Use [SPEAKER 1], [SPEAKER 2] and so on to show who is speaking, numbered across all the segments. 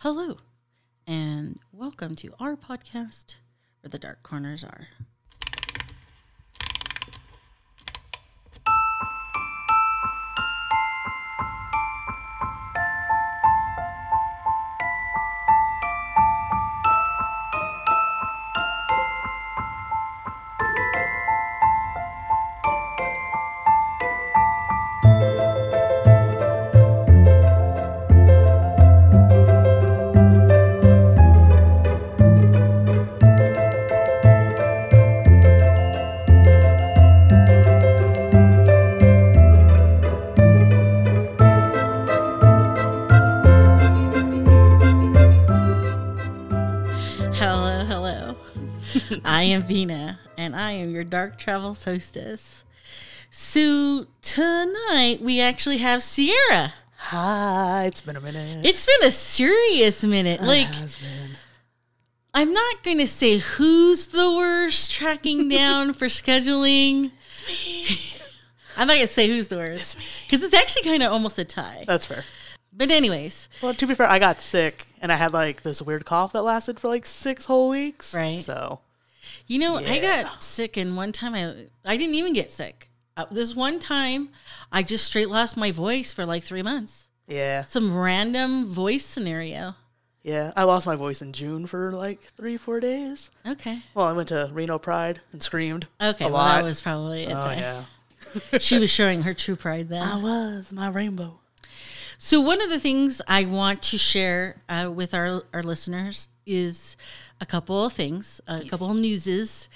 [SPEAKER 1] Hello, and welcome to our podcast where the dark corners are. Hello, hello. I am Vina, and I am your dark travels hostess. So tonight we actually have Sierra.
[SPEAKER 2] Hi, it's been a minute.
[SPEAKER 1] It's been a serious minute. Like
[SPEAKER 2] has been.
[SPEAKER 1] I'm not going to say who's the worst tracking down for scheduling. I'm not going to say who's the worst because it's actually kind of almost a tie.
[SPEAKER 2] That's fair.
[SPEAKER 1] But anyways,
[SPEAKER 2] Well, to be fair, I got sick and I had like this weird cough that lasted for like six whole weeks.
[SPEAKER 1] Right.
[SPEAKER 2] So
[SPEAKER 1] You know, I
[SPEAKER 2] Yeah.
[SPEAKER 1] got sick, and one time I I didn't even get sick. Uh, This one time, I just straight lost my voice for like three months.
[SPEAKER 2] yeah,
[SPEAKER 1] Some random voice scenario.
[SPEAKER 2] yeah. I lost my voice in June for like three, four days.
[SPEAKER 1] Okay,
[SPEAKER 2] Well, I went to Reno Pride and screamed.
[SPEAKER 1] okay,
[SPEAKER 2] a
[SPEAKER 1] well,
[SPEAKER 2] lot.
[SPEAKER 1] that was probably it.
[SPEAKER 2] oh
[SPEAKER 1] then.
[SPEAKER 2] yeah. Um,
[SPEAKER 1] She was showing her true pride then.
[SPEAKER 2] I was my rainbow.
[SPEAKER 1] So one of the things I want to share uh, with our our listeners is a couple of things, a couple of newses.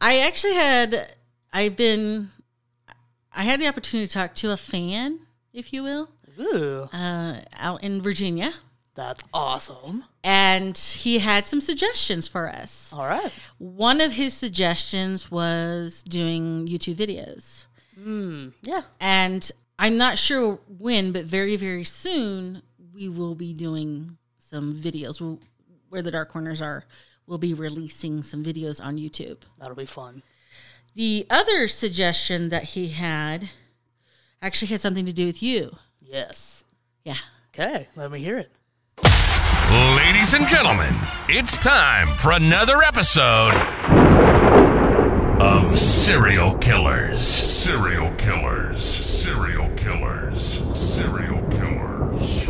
[SPEAKER 1] I actually had I've been I had the opportunity to talk to a fan, if you will.
[SPEAKER 2] Ooh,
[SPEAKER 1] uh, out in Virginia,
[SPEAKER 2] that's awesome.
[SPEAKER 1] and he had some suggestions for us.
[SPEAKER 2] All right.
[SPEAKER 1] One of his suggestions was doing YouTube videos.
[SPEAKER 2] Yeah.
[SPEAKER 1] And I'm not sure when, but very, very soon, we will be doing some videos. We'll, where the Dark Corners are, we'll be releasing some videos on YouTube.
[SPEAKER 2] That'll be fun.
[SPEAKER 1] The other suggestion that he had actually had something to do with you.
[SPEAKER 2] Yes.
[SPEAKER 1] Yeah.
[SPEAKER 2] Okay. Let me hear it.
[SPEAKER 3] Ladies and gentlemen, it's time for another episode of Serial Killers. Serial Killers. Serial Killers. Serial Killers.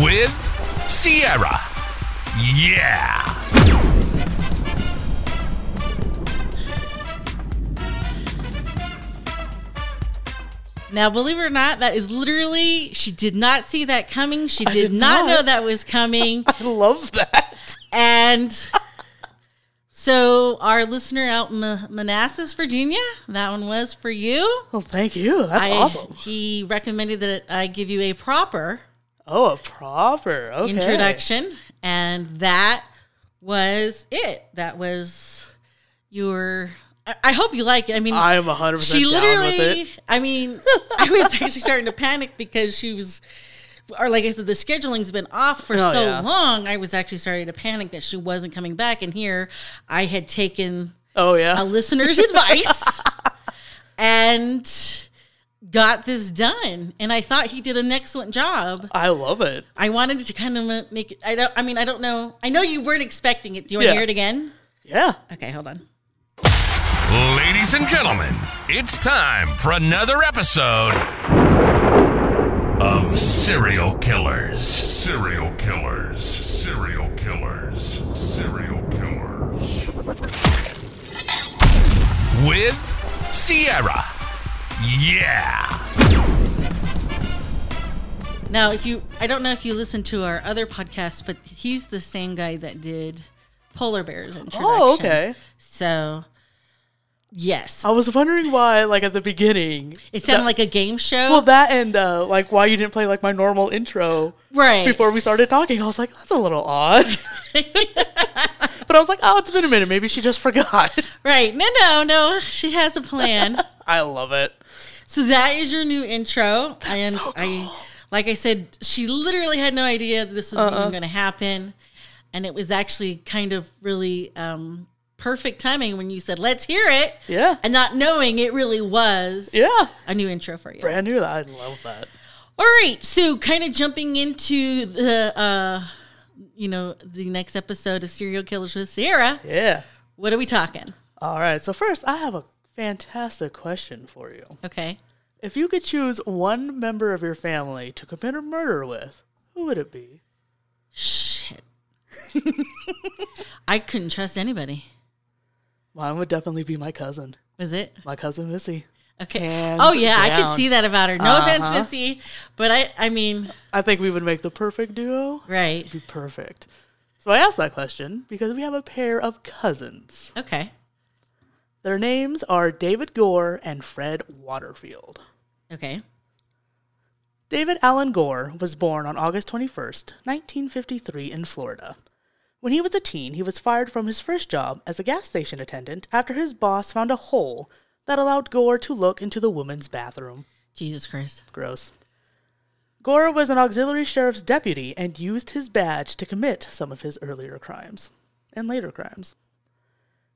[SPEAKER 3] With Sierra. Yeah.
[SPEAKER 1] Now, believe it or not, that is literally, she did not see that coming. She did,
[SPEAKER 2] did
[SPEAKER 1] not,
[SPEAKER 2] not.
[SPEAKER 1] know that was coming.
[SPEAKER 2] I love that.
[SPEAKER 1] and so, our listener out in Ma- Manassas, Virginia, that one was for you.
[SPEAKER 2] Well, thank you. That's
[SPEAKER 1] I-
[SPEAKER 2] awesome.
[SPEAKER 1] He recommended that I give you a proper
[SPEAKER 2] Oh, a proper okay.
[SPEAKER 1] introduction. And that was it. That was your. I- I hope you like it. I mean,
[SPEAKER 2] I am 100%
[SPEAKER 1] she
[SPEAKER 2] down with it.
[SPEAKER 1] literally i mean i was actually starting to panic because she was or like i said the scheduling's been off for
[SPEAKER 2] Oh,
[SPEAKER 1] so
[SPEAKER 2] yeah.
[SPEAKER 1] long i was actually starting to panic that she wasn't coming back and here i had taken
[SPEAKER 2] Oh yeah.
[SPEAKER 1] a listener's advice and got this done and i thought he did an excellent job
[SPEAKER 2] I love it.
[SPEAKER 1] i wanted to kind of make it i don't i mean i don't know i know you weren't expecting it do you want
[SPEAKER 2] Yeah.
[SPEAKER 1] to hear it again
[SPEAKER 2] Yeah.
[SPEAKER 1] okay hold on
[SPEAKER 3] Ladies and gentlemen, it's time for another episode of Serial Killers. Serial Killers. Serial Killers. Serial Killers. With Sierra. Yeah.
[SPEAKER 1] Now, if you, I don't know if you listen to our other podcast, but he's the same guy that did Polar Bears introduction.
[SPEAKER 2] Oh, okay. Oh,
[SPEAKER 1] So, yes,
[SPEAKER 2] I was wondering why, like at the beginning,
[SPEAKER 1] it sounded like a game show,
[SPEAKER 2] well, that and uh, like why you didn't play like my normal intro
[SPEAKER 1] right?
[SPEAKER 2] before we started talking. I was like, that's a little odd. but I was like, oh, it's been a minute. Maybe she just forgot.
[SPEAKER 1] right? No, no, no. She has a plan.
[SPEAKER 2] I love it.
[SPEAKER 1] so that is your new intro, and
[SPEAKER 2] so
[SPEAKER 1] I, like I said, she literally had no idea this was
[SPEAKER 2] Uh-uh.
[SPEAKER 1] even going to happen, and it was actually kind of really um, perfect timing when you said, "Let's hear it,"
[SPEAKER 2] Yeah.
[SPEAKER 1] and not knowing it really was
[SPEAKER 2] Yeah.
[SPEAKER 1] a new intro for you.
[SPEAKER 2] Brand new. I love that.
[SPEAKER 1] All right, so kind of jumping into the uh, you know the next episode of Serial Killers with Sarah.
[SPEAKER 2] Yeah.
[SPEAKER 1] What are we talking?
[SPEAKER 2] All right. So first, I have a fantastic question for you.
[SPEAKER 1] Okay,
[SPEAKER 2] If you could choose one member of your family to commit a murder with, who would it be?
[SPEAKER 1] shit. I couldn't trust anybody.
[SPEAKER 2] Mine would definitely be my cousin,
[SPEAKER 1] Was it
[SPEAKER 2] my cousin Missy.
[SPEAKER 1] okay?
[SPEAKER 2] Hands
[SPEAKER 1] oh yeah, I could
[SPEAKER 2] down. Uh-huh.
[SPEAKER 1] see that about her. No offense, Missy, but I I mean,
[SPEAKER 2] I think we would make the perfect duo.
[SPEAKER 1] right?
[SPEAKER 2] Be perfect. So I asked that question because we have a pair of cousins.
[SPEAKER 1] Okay,
[SPEAKER 2] Their names are David Gore and Fred Waterfield.
[SPEAKER 1] okay.
[SPEAKER 2] David Allen Gore was born on August 21st, 1953, in Florida. When he was a teen, he was fired from his first job as a gas station attendant after his boss found a hole that allowed Gore to look into the woman's bathroom.
[SPEAKER 1] Jesus Christ.
[SPEAKER 2] Gross. Gore was an auxiliary sheriff's deputy and used his badge to commit some of his earlier crimes and later crimes.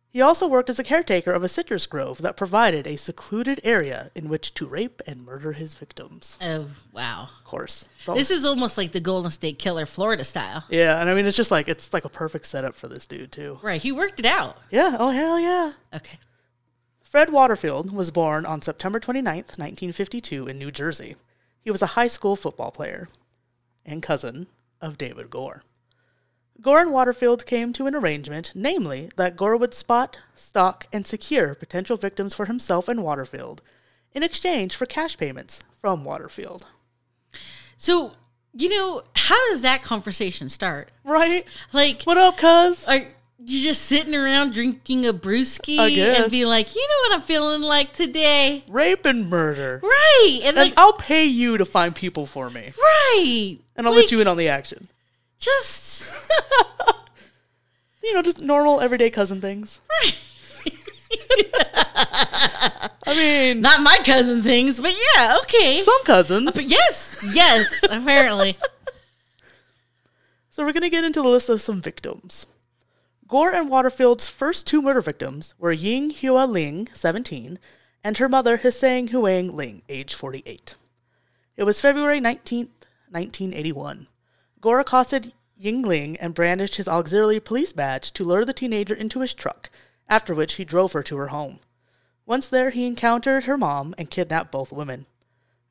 [SPEAKER 2] He also worked as a caretaker of a citrus grove that provided a secluded area in which to rape and murder his victims.
[SPEAKER 1] Oh wow.
[SPEAKER 2] Of course.
[SPEAKER 1] This is almost like the Golden State Killer, Florida style.
[SPEAKER 2] Yeah, and I mean it's just like it's like a perfect setup for this dude too.
[SPEAKER 1] Right? He worked it out.
[SPEAKER 2] Yeah, oh hell yeah.
[SPEAKER 1] Okay.
[SPEAKER 2] Fred Waterfield was born on September 29th, 1952 in New Jersey. He was a high school football player and cousin of David Gore. Gore and Waterfield came to an arrangement, namely that Gore would spot, stalk, and secure potential victims for himself and Waterfield in exchange for cash payments from Waterfield.
[SPEAKER 1] So you know how does that conversation start?
[SPEAKER 2] Right?
[SPEAKER 1] Like
[SPEAKER 2] What up, cuz?
[SPEAKER 1] Are you just sitting around drinking a brewski
[SPEAKER 2] I guess.
[SPEAKER 1] and be like, you know what I'm feeling like today?
[SPEAKER 2] Rape and murder.
[SPEAKER 1] Right. And,
[SPEAKER 2] And oh,
[SPEAKER 1] like,
[SPEAKER 2] I'll pay you to find people for me.
[SPEAKER 1] right.
[SPEAKER 2] And I'll
[SPEAKER 1] like,
[SPEAKER 2] let you in on the action.
[SPEAKER 1] Just,
[SPEAKER 2] You know, just normal everyday cousin things. I mean,
[SPEAKER 1] not my cousin things, but yeah, okay.
[SPEAKER 2] some cousins.
[SPEAKER 1] but yes, yes, apparently.
[SPEAKER 2] So we're going to get into the list of some victims. Gore and Waterfield's first two murder victims were Ying Hua Ling, 17, and her mother Hisang Huang Ling, age 48. It was February 19th, 1981. Gore accosted Ying Ling and brandished his auxiliary police badge to lure the teenager into his truck, after which he drove her to her home. Once there, he encountered her mom and kidnapped both women.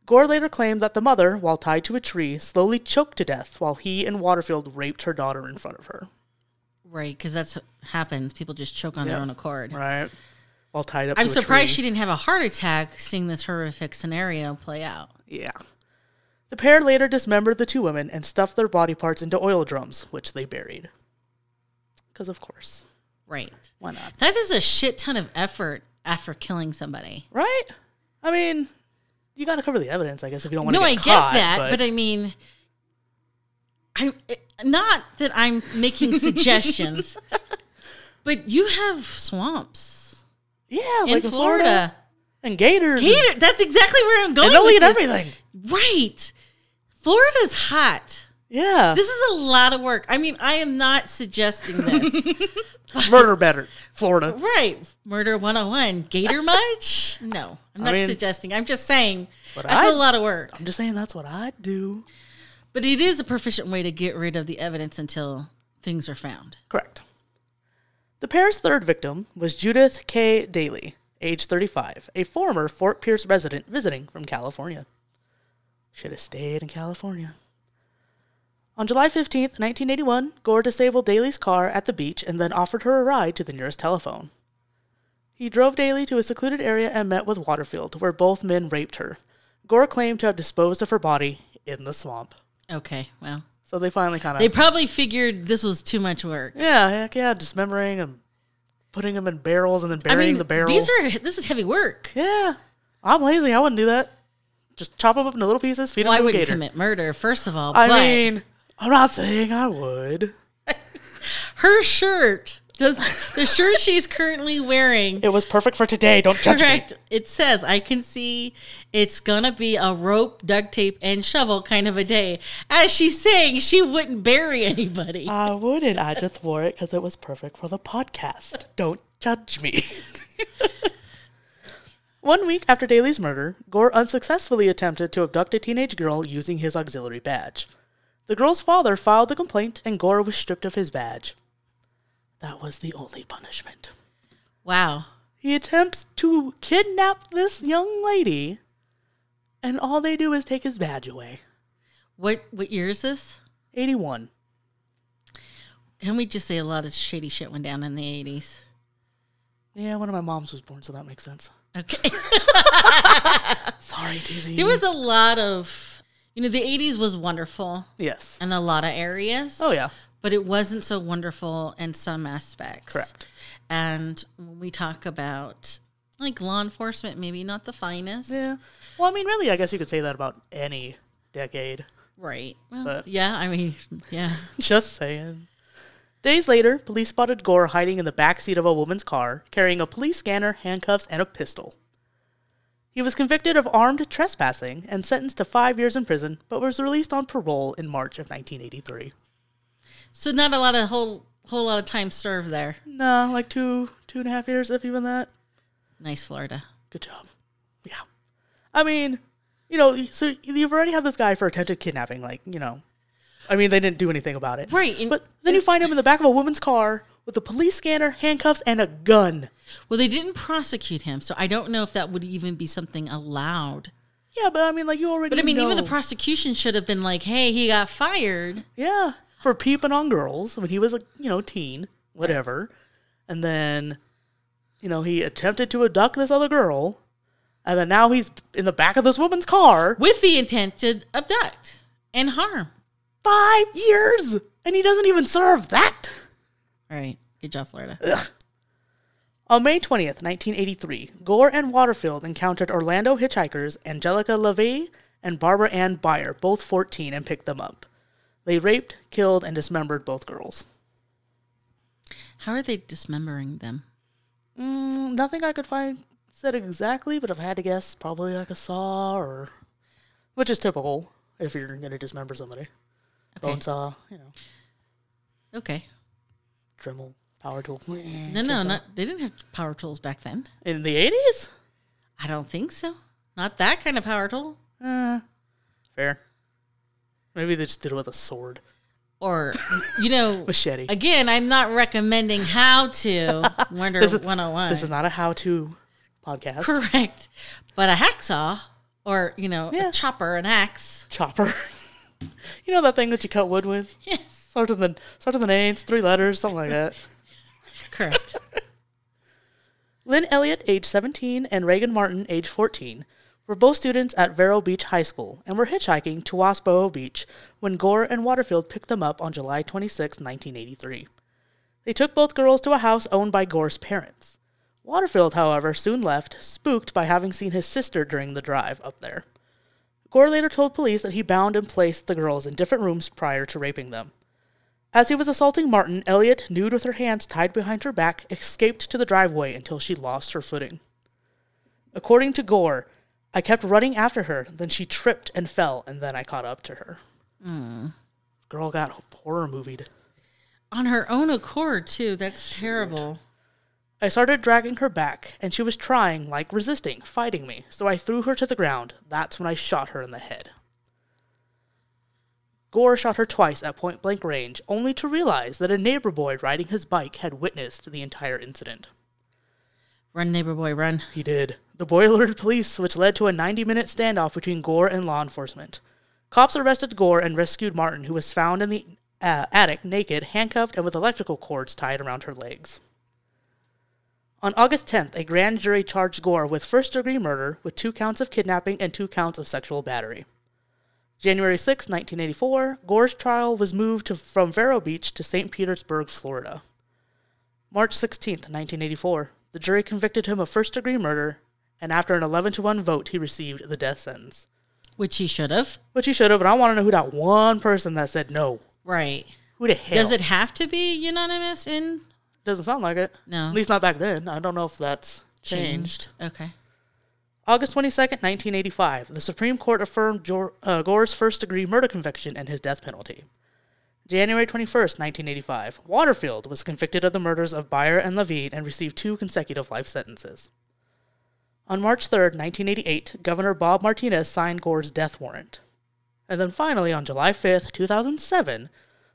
[SPEAKER 2] Gore later claimed that the mother, while tied to a tree, slowly choked to death while he and Waterfield raped her daughter in front of her.
[SPEAKER 1] Right, because that's what happens. People just choke on their
[SPEAKER 2] Yeah.
[SPEAKER 1] own accord.
[SPEAKER 2] Right. While tied up.
[SPEAKER 1] I'm
[SPEAKER 2] to a
[SPEAKER 1] surprised she
[SPEAKER 2] tree.
[SPEAKER 1] didn't have a heart attack seeing this horrific scenario play out.
[SPEAKER 2] Yeah. The pair later dismembered the two women and stuffed their body parts into oil drums, which they buried. Because of course,
[SPEAKER 1] Right.
[SPEAKER 2] why not?
[SPEAKER 1] That is a shit ton of effort after killing somebody.
[SPEAKER 2] Right. I mean, you got to cover the evidence, I guess, if you don't want to.
[SPEAKER 1] no, I
[SPEAKER 2] get
[SPEAKER 1] get
[SPEAKER 2] caught,
[SPEAKER 1] that, but, I mean, I it- not that I'm making suggestions, but you have swamps
[SPEAKER 2] yeah,
[SPEAKER 1] in
[SPEAKER 2] like in Florida
[SPEAKER 1] Florida.
[SPEAKER 2] and gators, and-
[SPEAKER 1] Gator, that's exactly where I'm going.
[SPEAKER 2] and they'll
[SPEAKER 1] with
[SPEAKER 2] eat
[SPEAKER 1] this.
[SPEAKER 2] everything.
[SPEAKER 1] right? Florida's hot.
[SPEAKER 2] Yeah,
[SPEAKER 1] This is a lot of work. I mean, I am not suggesting this.
[SPEAKER 2] murder better, Florida.
[SPEAKER 1] right? Murder 101. Gator much? No, I'm
[SPEAKER 2] I
[SPEAKER 1] not
[SPEAKER 2] mean-
[SPEAKER 1] suggesting. I'm just saying
[SPEAKER 2] But
[SPEAKER 1] that's
[SPEAKER 2] I-
[SPEAKER 1] a lot of work.
[SPEAKER 2] I'm just saying that's what I do.
[SPEAKER 1] But it is a proficient way to get rid of the evidence until things are found.
[SPEAKER 2] Correct. The pair's third victim was Judith K. Daly, age 35, a former Fort Pierce resident visiting from California. Should have stayed in California. On July 15th, 1981, Gore disabled Daly's car at the beach and then offered her a ride to the nearest telephone. He drove Daly to a secluded area and met with Waterfield, where both men raped her. Gore claimed to have disposed of her body in the swamp.
[SPEAKER 1] Okay, well,
[SPEAKER 2] So they finally kind of
[SPEAKER 1] they probably figured this was too much work.
[SPEAKER 2] Yeah, heck yeah, dismembering and putting them in barrels and then
[SPEAKER 1] I
[SPEAKER 2] burying
[SPEAKER 1] mean,
[SPEAKER 2] the barrel.
[SPEAKER 1] these are this is heavy work.
[SPEAKER 2] yeah, I'm lazy. I wouldn't do that. Just chop them up into little pieces, feed
[SPEAKER 1] Well, I
[SPEAKER 2] them to a
[SPEAKER 1] wouldn't
[SPEAKER 2] gator.
[SPEAKER 1] commit murder, first of all.
[SPEAKER 2] I
[SPEAKER 1] but
[SPEAKER 2] mean, I'm not saying I would.
[SPEAKER 1] her shirt does the shirt she's currently wearing.
[SPEAKER 2] It was perfect for today. Don't judge
[SPEAKER 1] Correct. It says I can see it's gonna be a rope, duct tape, and shovel kind of a day. As she's saying, she wouldn't bury anybody.
[SPEAKER 2] me. I wouldn't. I just wore it because it was perfect for the podcast. Don't judge me. One week after Daly's murder, Gore unsuccessfully attempted to abduct a teenage girl using his auxiliary badge. The girl's father filed a complaint, and Gore was stripped of his badge. That was the only punishment.
[SPEAKER 1] Wow.
[SPEAKER 2] He attempts to kidnap this young lady, and all they do is take his badge away.
[SPEAKER 1] What what year is this?
[SPEAKER 2] 81.
[SPEAKER 1] Can we just say a lot of shady shit went down in the eighties?
[SPEAKER 2] Yeah, one of my moms was born, so that makes sense.
[SPEAKER 1] Okay.
[SPEAKER 2] Sorry, Daisy.
[SPEAKER 1] there was a lot of you know, the eighties was wonderful
[SPEAKER 2] Yes.
[SPEAKER 1] in a lot of areas.
[SPEAKER 2] Oh, yeah.
[SPEAKER 1] But it wasn't so wonderful in some aspects.
[SPEAKER 2] Correct.
[SPEAKER 1] And when we talk about like law enforcement, maybe not the finest.
[SPEAKER 2] Yeah. Well, I mean, really, I guess you could say that about any decade.
[SPEAKER 1] Right. Well,
[SPEAKER 2] But-
[SPEAKER 1] yeah, I mean, yeah.
[SPEAKER 2] Just saying. Days later, police spotted Gore hiding in the backseat of a woman's car, carrying a police scanner, handcuffs, and a pistol. He was convicted of armed trespassing and sentenced to five years in prison, but was released on parole in March of 1983.
[SPEAKER 1] So not a lot of whole whole lot of time served there.
[SPEAKER 2] No, like two, two and a half years, if even that.
[SPEAKER 1] Nice Florida.
[SPEAKER 2] Good job. Yeah. I mean, you know, so you've already had this guy for attempted kidnapping, like, you know. I mean, they didn't do anything about it.
[SPEAKER 1] Right, and-
[SPEAKER 2] But then you find him in the back of a woman's car with a police scanner, handcuffs, and a gun.
[SPEAKER 1] Well, they didn't prosecute him, so I don't know if that would even be something allowed.
[SPEAKER 2] Yeah, but I mean, like, you already
[SPEAKER 1] But I mean, even the
[SPEAKER 2] know.
[SPEAKER 1] prosecution should have been like, "Hey, he got fired."
[SPEAKER 2] Yeah. For peeping on girls when he was a, you know, teen, whatever. And then, you know, he attempted to abduct this other girl. And then now he's in the back of this woman's car.
[SPEAKER 1] with the intent to abduct and harm.
[SPEAKER 2] Five years! And he doesn't even serve that!
[SPEAKER 1] All right. Good job, Florida.
[SPEAKER 2] On May 20th, 1983, Gore and Waterfield encountered Orlando hitchhikers Angelica LaVey and Barbara Ann Byer, both 14, and picked them up. They raped, killed, and dismembered both girls.
[SPEAKER 1] How are they dismembering them?
[SPEAKER 2] Mm, nothing I could find said exactly, but if I had to guess, probably like a saw or. Which is typical if you're going to dismember somebody.
[SPEAKER 1] Okay.
[SPEAKER 2] Bone saw, you know,
[SPEAKER 1] Okay.
[SPEAKER 2] Dremel, power tool.
[SPEAKER 1] No, no, not they didn't have power tools back then.
[SPEAKER 2] In the 80s?
[SPEAKER 1] I don't think so. Not that kind of power tool.
[SPEAKER 2] Uh, fair. Maybe they just did it with a sword.
[SPEAKER 1] Or you know
[SPEAKER 2] Machete.
[SPEAKER 1] Again, I'm not recommending how to wonder
[SPEAKER 2] This is-
[SPEAKER 1] 101.
[SPEAKER 2] This is not a how to podcast.
[SPEAKER 1] correct. But a hacksaw or, you know,
[SPEAKER 2] Yeah.
[SPEAKER 1] a chopper, an axe.
[SPEAKER 2] Chopper. you know that thing that you cut wood with?
[SPEAKER 1] Yes.
[SPEAKER 2] Starts with an, starts with an A, it's three letters, something like that.
[SPEAKER 1] Correct.
[SPEAKER 2] Lynn Elliott, age 17, and Reagan Martin, age 14, were both students at Vero Beach High School and were hitchhiking to Wasboa Beach when Gore and Waterfield picked them up on July 26, 1983. They took both girls to a house owned by Gore's parents. Waterfield, however, soon left, spooked by having seen his sister during the drive up there. Gore later told police that he bound and placed the girls in different rooms prior to raping them. As he was assaulting Martin, Elliot, nude with her hands tied behind her back, escaped to the driveway until she lost her footing. According to Gore, I kept running after her, then she tripped and fell, and then I caught up to her. Girl got horror movied.
[SPEAKER 1] On her own accord, too. That's terrible.
[SPEAKER 2] I started dragging her back, and she was trying, like resisting, fighting me, so I threw her to the ground. That's when I shot her in the head. Gore shot her twice at point blank range, only to realize that a neighbor boy riding his bike had witnessed the entire incident.
[SPEAKER 1] Run, neighbor boy, run.
[SPEAKER 2] He did. The boy alerted police, which led to a 90 minute standoff between Gore and law enforcement. Cops arrested Gore and rescued Martin, who was found in the uh, attic naked, handcuffed, and with electrical cords tied around her legs. On August 10th, a grand jury charged Gore with first degree murder with two counts of kidnapping and two counts of sexual battery. January 6, 1984, Gore's trial was moved to, from Vero Beach to St. Petersburg, Florida. March 16th, 1984, the jury convicted him of first degree murder, and after an 11 to 1 vote, he received the death sentence.
[SPEAKER 1] Which he should have.
[SPEAKER 2] Which he should have, but I want to know who that one person that said no.
[SPEAKER 1] Right.
[SPEAKER 2] Who the hell?
[SPEAKER 1] Does it have to be unanimous in
[SPEAKER 2] Doesn't sound like it.
[SPEAKER 1] No.
[SPEAKER 2] At least not back then. I don't know if that's changed.
[SPEAKER 1] Okay.
[SPEAKER 2] August 22nd, 1985, the Supreme Court affirmed Jor- uh, Gore's first degree murder conviction and his death penalty. January 21st, 1985, Waterfield was convicted of the murders of Byer and Levine and received two consecutive life sentences. On March 3, 1988, Governor Bob Martinez signed Gore's death warrant. And then finally, on July 5, 2007,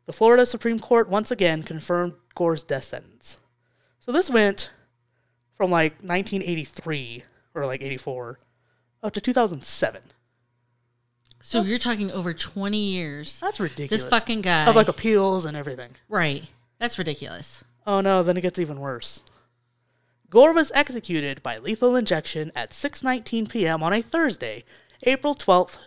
[SPEAKER 2] the Florida Supreme Court once again confirmed Gore's death sentence. So this went from like 1983 or like 84 up to 2007.
[SPEAKER 1] So you're talking over 20 years.
[SPEAKER 2] That's ridiculous.
[SPEAKER 1] fucking guy.
[SPEAKER 2] Of like appeals and everything.
[SPEAKER 1] Right. That's ridiculous.
[SPEAKER 2] Oh no, then it gets even worse. Gore was executed by lethal injection at 6:19 p.m. on a Thursday, April 12th,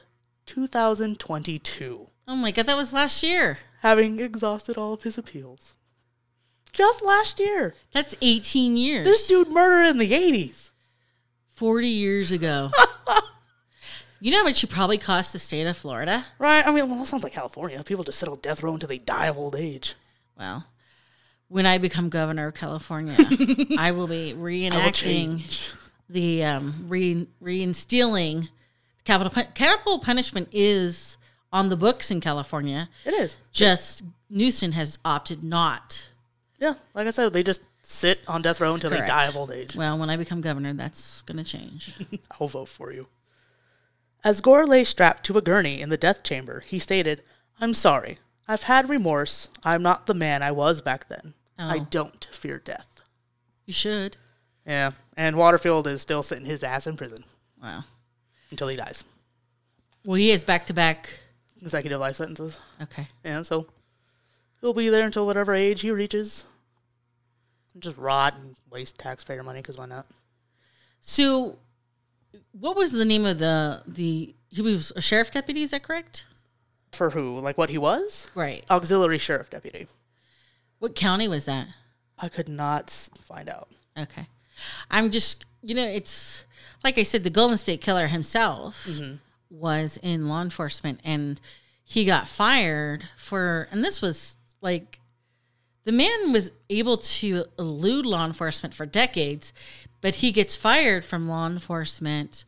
[SPEAKER 2] 2022,
[SPEAKER 1] Oh my God, that was last year.
[SPEAKER 2] having exhausted all of his appeals. Just last year.
[SPEAKER 1] That's 18 years.
[SPEAKER 2] This dude murdered in the 80s.
[SPEAKER 1] 40 years ago. you know how much you probably cost the state of Florida?
[SPEAKER 2] Right? I mean, well, that sounds like California. People just sit on death row until they die of old age.
[SPEAKER 1] Well, when I become governor of California, I will be reenacting
[SPEAKER 2] change.
[SPEAKER 1] the um, re reinstilling capital pun- capital punishment is on the books in California.
[SPEAKER 2] It is.
[SPEAKER 1] Just Newsom has opted not.
[SPEAKER 2] Yeah, like I said, they just sit on death row until
[SPEAKER 1] Correct.
[SPEAKER 2] they die of old age.
[SPEAKER 1] Well, when I become governor, that's going to change.
[SPEAKER 2] I'll vote for you. As Gore lay strapped to a gurney in the death chamber, he stated, I'm sorry. I've had remorse. I'm not the man I was back then. I
[SPEAKER 1] Oh.
[SPEAKER 2] don't fear death.
[SPEAKER 1] you should.
[SPEAKER 2] Yeah, and Waterfield is still sitting his ass in prison
[SPEAKER 1] Wow.
[SPEAKER 2] until he dies.
[SPEAKER 1] Well, he is back to back.
[SPEAKER 2] Executive life sentences.
[SPEAKER 1] Okay.
[SPEAKER 2] Yeah, so he'll be there until whatever age he reaches. Just rot and waste taxpayer money, because why not?
[SPEAKER 1] So, what was the name of the the he was a sheriff deputy? Is that correct?
[SPEAKER 2] For who? Like what he was?
[SPEAKER 1] Right.
[SPEAKER 2] Auxiliary sheriff deputy.
[SPEAKER 1] What county was that?
[SPEAKER 2] I could not s- find out.
[SPEAKER 1] Okay. I'm just, you know, it's like I said, the Golden State Killer himself was in law enforcement and he got fired for, and this was like, the man was able to elude law enforcement for decades, but he gets fired from law enforcement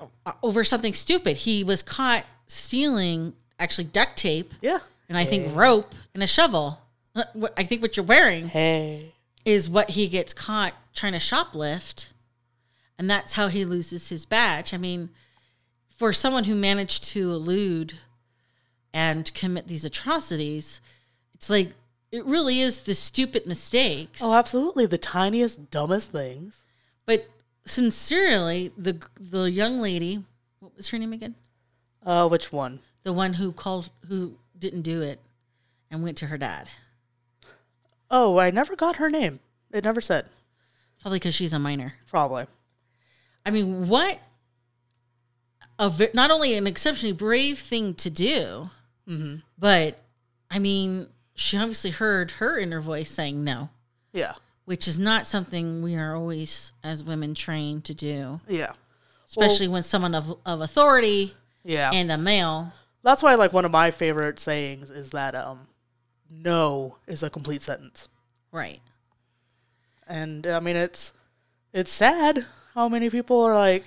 [SPEAKER 1] o- over something stupid. He was caught stealing actually duct tape
[SPEAKER 2] Yeah.
[SPEAKER 1] and I think rope and a shovel. Uh, what- I think what you're wearing
[SPEAKER 2] Hey.
[SPEAKER 1] is what he gets caught trying to shoplift and that's how he loses his badge i mean for someone who managed to elude and commit these atrocities it's like it really is the stupid mistakes
[SPEAKER 2] Oh, absolutely. The tiniest, dumbest things.
[SPEAKER 1] but sincerely the the young lady what was her name again
[SPEAKER 2] Uh, which one?
[SPEAKER 1] the one who called who didn't do it and went to her dad
[SPEAKER 2] Oh, I never got her name. It never said.
[SPEAKER 1] probably because she's a minor
[SPEAKER 2] Probably.
[SPEAKER 1] I mean, what a ve- not only an exceptionally brave thing to do,
[SPEAKER 2] Mm-hmm.
[SPEAKER 1] but I mean, she obviously heard her inner voice saying no,
[SPEAKER 2] Yeah.
[SPEAKER 1] which is not something we are always as women trained to do,
[SPEAKER 2] Yeah.
[SPEAKER 1] especially when someone of, of authority
[SPEAKER 2] Yeah.
[SPEAKER 1] and a male.
[SPEAKER 2] That's why, like, one of my favorite sayings is that um, no is a complete sentence.
[SPEAKER 1] Right.
[SPEAKER 2] And I mean, it's it's sad how many people are like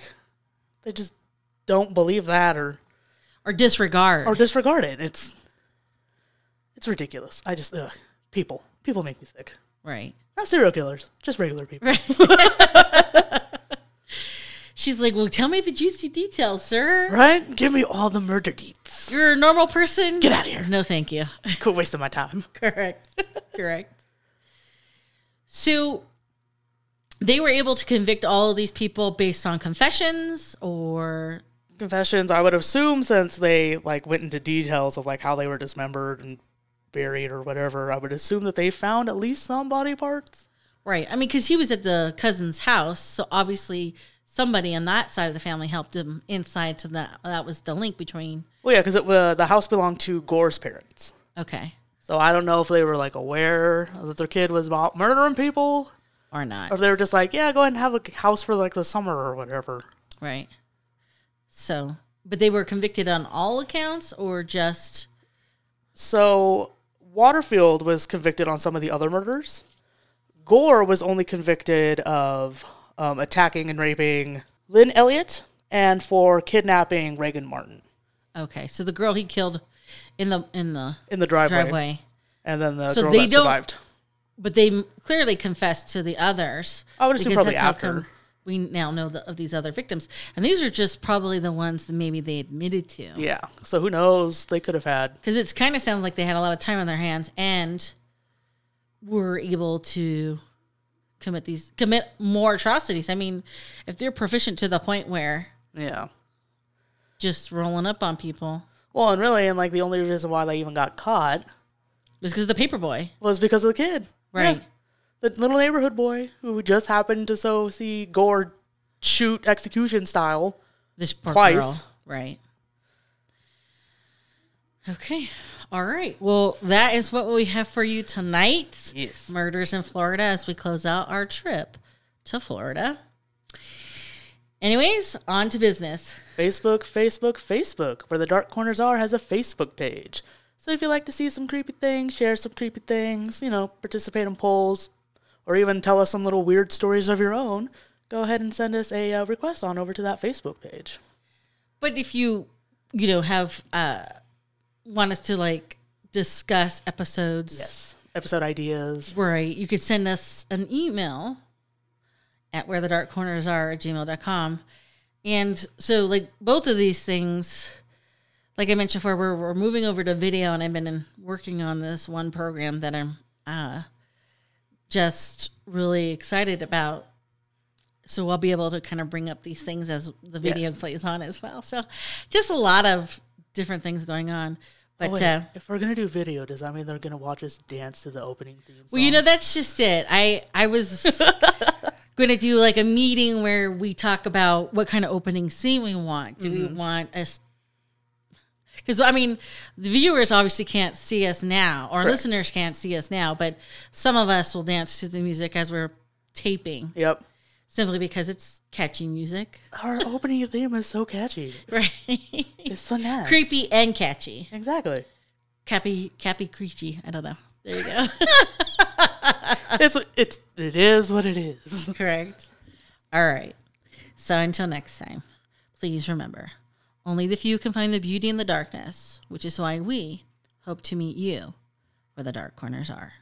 [SPEAKER 2] they just don't believe that or
[SPEAKER 1] Or disregard.
[SPEAKER 2] or disregard it. It's it's ridiculous. I just ugh, people people make me sick.
[SPEAKER 1] right.
[SPEAKER 2] Not serial killers, just regular people.
[SPEAKER 1] She's like, well, tell me the juicy details, sir.
[SPEAKER 2] Right? Give me all the murder deeds.
[SPEAKER 1] You're a normal person.
[SPEAKER 2] Get out of here.
[SPEAKER 1] No, thank you.
[SPEAKER 2] Quit wasting my time.
[SPEAKER 1] Correct. Correct. So they were able to convict all of these people based on confessions or
[SPEAKER 2] Confessions, I would assume since they like went into details of like how they were dismembered and buried or whatever, I would assume that they found at least some body parts.
[SPEAKER 1] right. I mean, because he was at the cousin's house, so obviously somebody on that side of the family helped him inside to that. That was the link between.
[SPEAKER 2] Well, yeah, because uh, the house belonged to Gore's parents.
[SPEAKER 1] Okay,
[SPEAKER 2] So I don't know if they were like aware that their kid was about murdering people
[SPEAKER 1] or not.
[SPEAKER 2] or if they were just like, yeah, go ahead and have a house for like the summer or whatever.
[SPEAKER 1] Right. So, but they were convicted on all accounts or just
[SPEAKER 2] So Waterfield was convicted on some of the other murders. Gore was only convicted of um, attacking and raping Lynn Elliott and for kidnapping Reagan Martin
[SPEAKER 1] okay. So the girl he killed in the in the
[SPEAKER 2] in the driveway.
[SPEAKER 1] driveway.
[SPEAKER 2] And then the
[SPEAKER 1] So
[SPEAKER 2] girl
[SPEAKER 1] they
[SPEAKER 2] that
[SPEAKER 1] don't-
[SPEAKER 2] survived.
[SPEAKER 1] but they m- clearly confessed to the others.
[SPEAKER 2] I would assume
[SPEAKER 1] because
[SPEAKER 2] probably
[SPEAKER 1] that's how
[SPEAKER 2] after.
[SPEAKER 1] come we now know the, of these other victims. And these are just probably the ones that maybe they admitted to.
[SPEAKER 2] Yeah. So who knows? They could have had.
[SPEAKER 1] Because it's kind of sounds like they had a lot of time on their hands and were able to commit these commit more atrocities. I mean, if they're proficient to the point where
[SPEAKER 2] Yeah.
[SPEAKER 1] just rolling up on people
[SPEAKER 2] Well, and really, and like the only reason why they even got caught
[SPEAKER 1] was because of the paper boy,
[SPEAKER 2] was because of the kid.
[SPEAKER 1] right?
[SPEAKER 2] Yeah. The little neighborhood boy who just happened to so see Gore shoot execution style.
[SPEAKER 1] This poor
[SPEAKER 2] Twice.
[SPEAKER 1] girl, right? Okay, all right. Well, that is what we have for you tonight.
[SPEAKER 2] Yes.
[SPEAKER 1] murders in Florida as we close out our trip to Florida. Anyways, on to business.
[SPEAKER 2] Facebook, Facebook, Facebook, where the Dark Corners Are has a Facebook page. So if you like to see some creepy things, share some creepy things, you know, participate in polls, or even tell us some little weird stories of your own, go ahead and send us a uh, request on over to that Facebook page.
[SPEAKER 1] But if you, you know, have uh want us to like discuss episodes,
[SPEAKER 2] Episode ideas.
[SPEAKER 1] right? You could send us an email at where the dark corners are at gmail.com. And so like both of these things, like I mentioned before, we're, we're moving over to video and I've been in, working on this one program that I'm uh, just really excited about. So I'll be able to kind of bring up these things as the video
[SPEAKER 2] Yes.
[SPEAKER 1] plays on as well. So just a lot of different things going on. But
[SPEAKER 2] Oh, Wait,
[SPEAKER 1] uh,
[SPEAKER 2] if we're gonna do video, does that mean they're gonna watch us dance to the opening theme?
[SPEAKER 1] Well, you
[SPEAKER 2] song?
[SPEAKER 1] know, that's just it. I I was going to do like a meeting where we talk about what kind of opening scene we want. Do we want us? Because I mean, the viewers obviously can't see us now, or listeners can't see us now, but some of us will dance to the music as we're taping,
[SPEAKER 2] Yep.
[SPEAKER 1] simply because it's catchy music,
[SPEAKER 2] Our opening theme is so catchy.
[SPEAKER 1] right?
[SPEAKER 2] It's so nice.
[SPEAKER 1] Creepy and catchy.
[SPEAKER 2] Exactly.
[SPEAKER 1] Cappy, cappy, creechy. I don't know. There you go.
[SPEAKER 2] It's it's it is what it is.
[SPEAKER 1] Correct. All right. So until next time, please remember only the few can find the beauty in the darkness, which is why we hope to meet you where the dark corners are.